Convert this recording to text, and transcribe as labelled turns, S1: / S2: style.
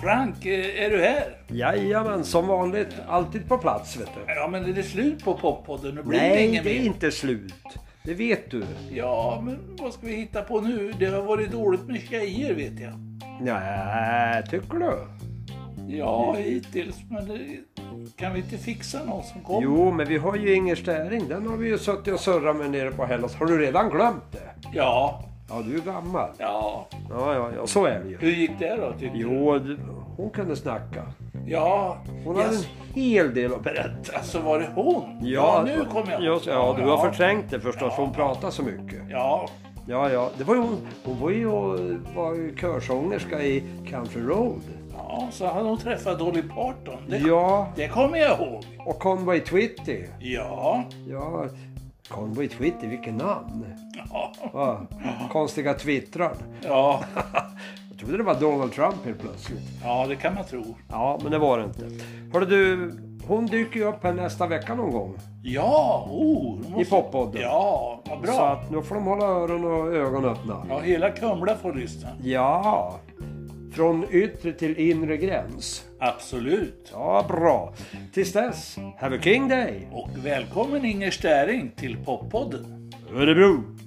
S1: Frank, eh, är du här?
S2: Jajamän, som vanligt. Alltid på plats vet du.
S1: Ja, men är det slut på poppodden? Nu blir det
S2: Nej,
S1: ingen
S2: det är
S1: mer.
S2: inte slut. Det vet du.
S1: Ja, men vad ska vi hitta på nu? Det har varit dåligt med tjejer, vet jag.
S2: Nej, tycker du?
S1: Ja, hittills, men det, kan vi inte fixa någon som kommer?
S2: Jo, men vi har ju Inger Stäring. Den har vi ju suttit och surrat med nere på Hellas. Har du redan glömt det?
S1: Ja,
S2: Ja, du är gammal.
S1: ja.
S2: Ja, ja, ja, så är det ju.
S1: Hur gick det då, tyckte du?
S2: Jo, du- hon kunde snacka.
S1: Ja,
S2: Hon hade
S1: yes.
S2: en hel del att berätta.
S1: alltså var det hon? nu kom jag
S2: Ja, ja, du har
S1: Ja.
S2: förträngt det förstås. Hon pratar så mycket.
S1: Ja,
S2: Ja, ja. Det var ju hon. Hon var ju, var ju körsångerska i Country Road.
S1: ja, så hade hon träffat Dolly Parton. Det,
S2: Ja,
S1: det kommer jag ihåg.
S2: och Conway Twitty.
S1: Ja,
S2: Ja, Conway Twitty, vilket namn.
S1: ja,
S2: Va? Konstiga twittrar.
S1: ja,
S2: Jag trodde det var Donald Trump helt plötsligt.
S1: ja, det kan man tro.
S2: Ja, men det var det inte. Hörru du, hon dyker ju upp här nästa vecka någon gång.
S1: Ja, oh, nu
S2: I poppodden.
S1: Ja, vad bra.
S2: Så att nu får de hålla öron och ögon öppna.
S1: Ja, hela Kumla får lyssna.
S2: Ja, från yttre till inre gräns.
S1: Absolut.
S2: Ja, bra. Tills dess, have a king day!
S1: Och välkommen Inger Stäring till Poppodden.
S2: Örebro!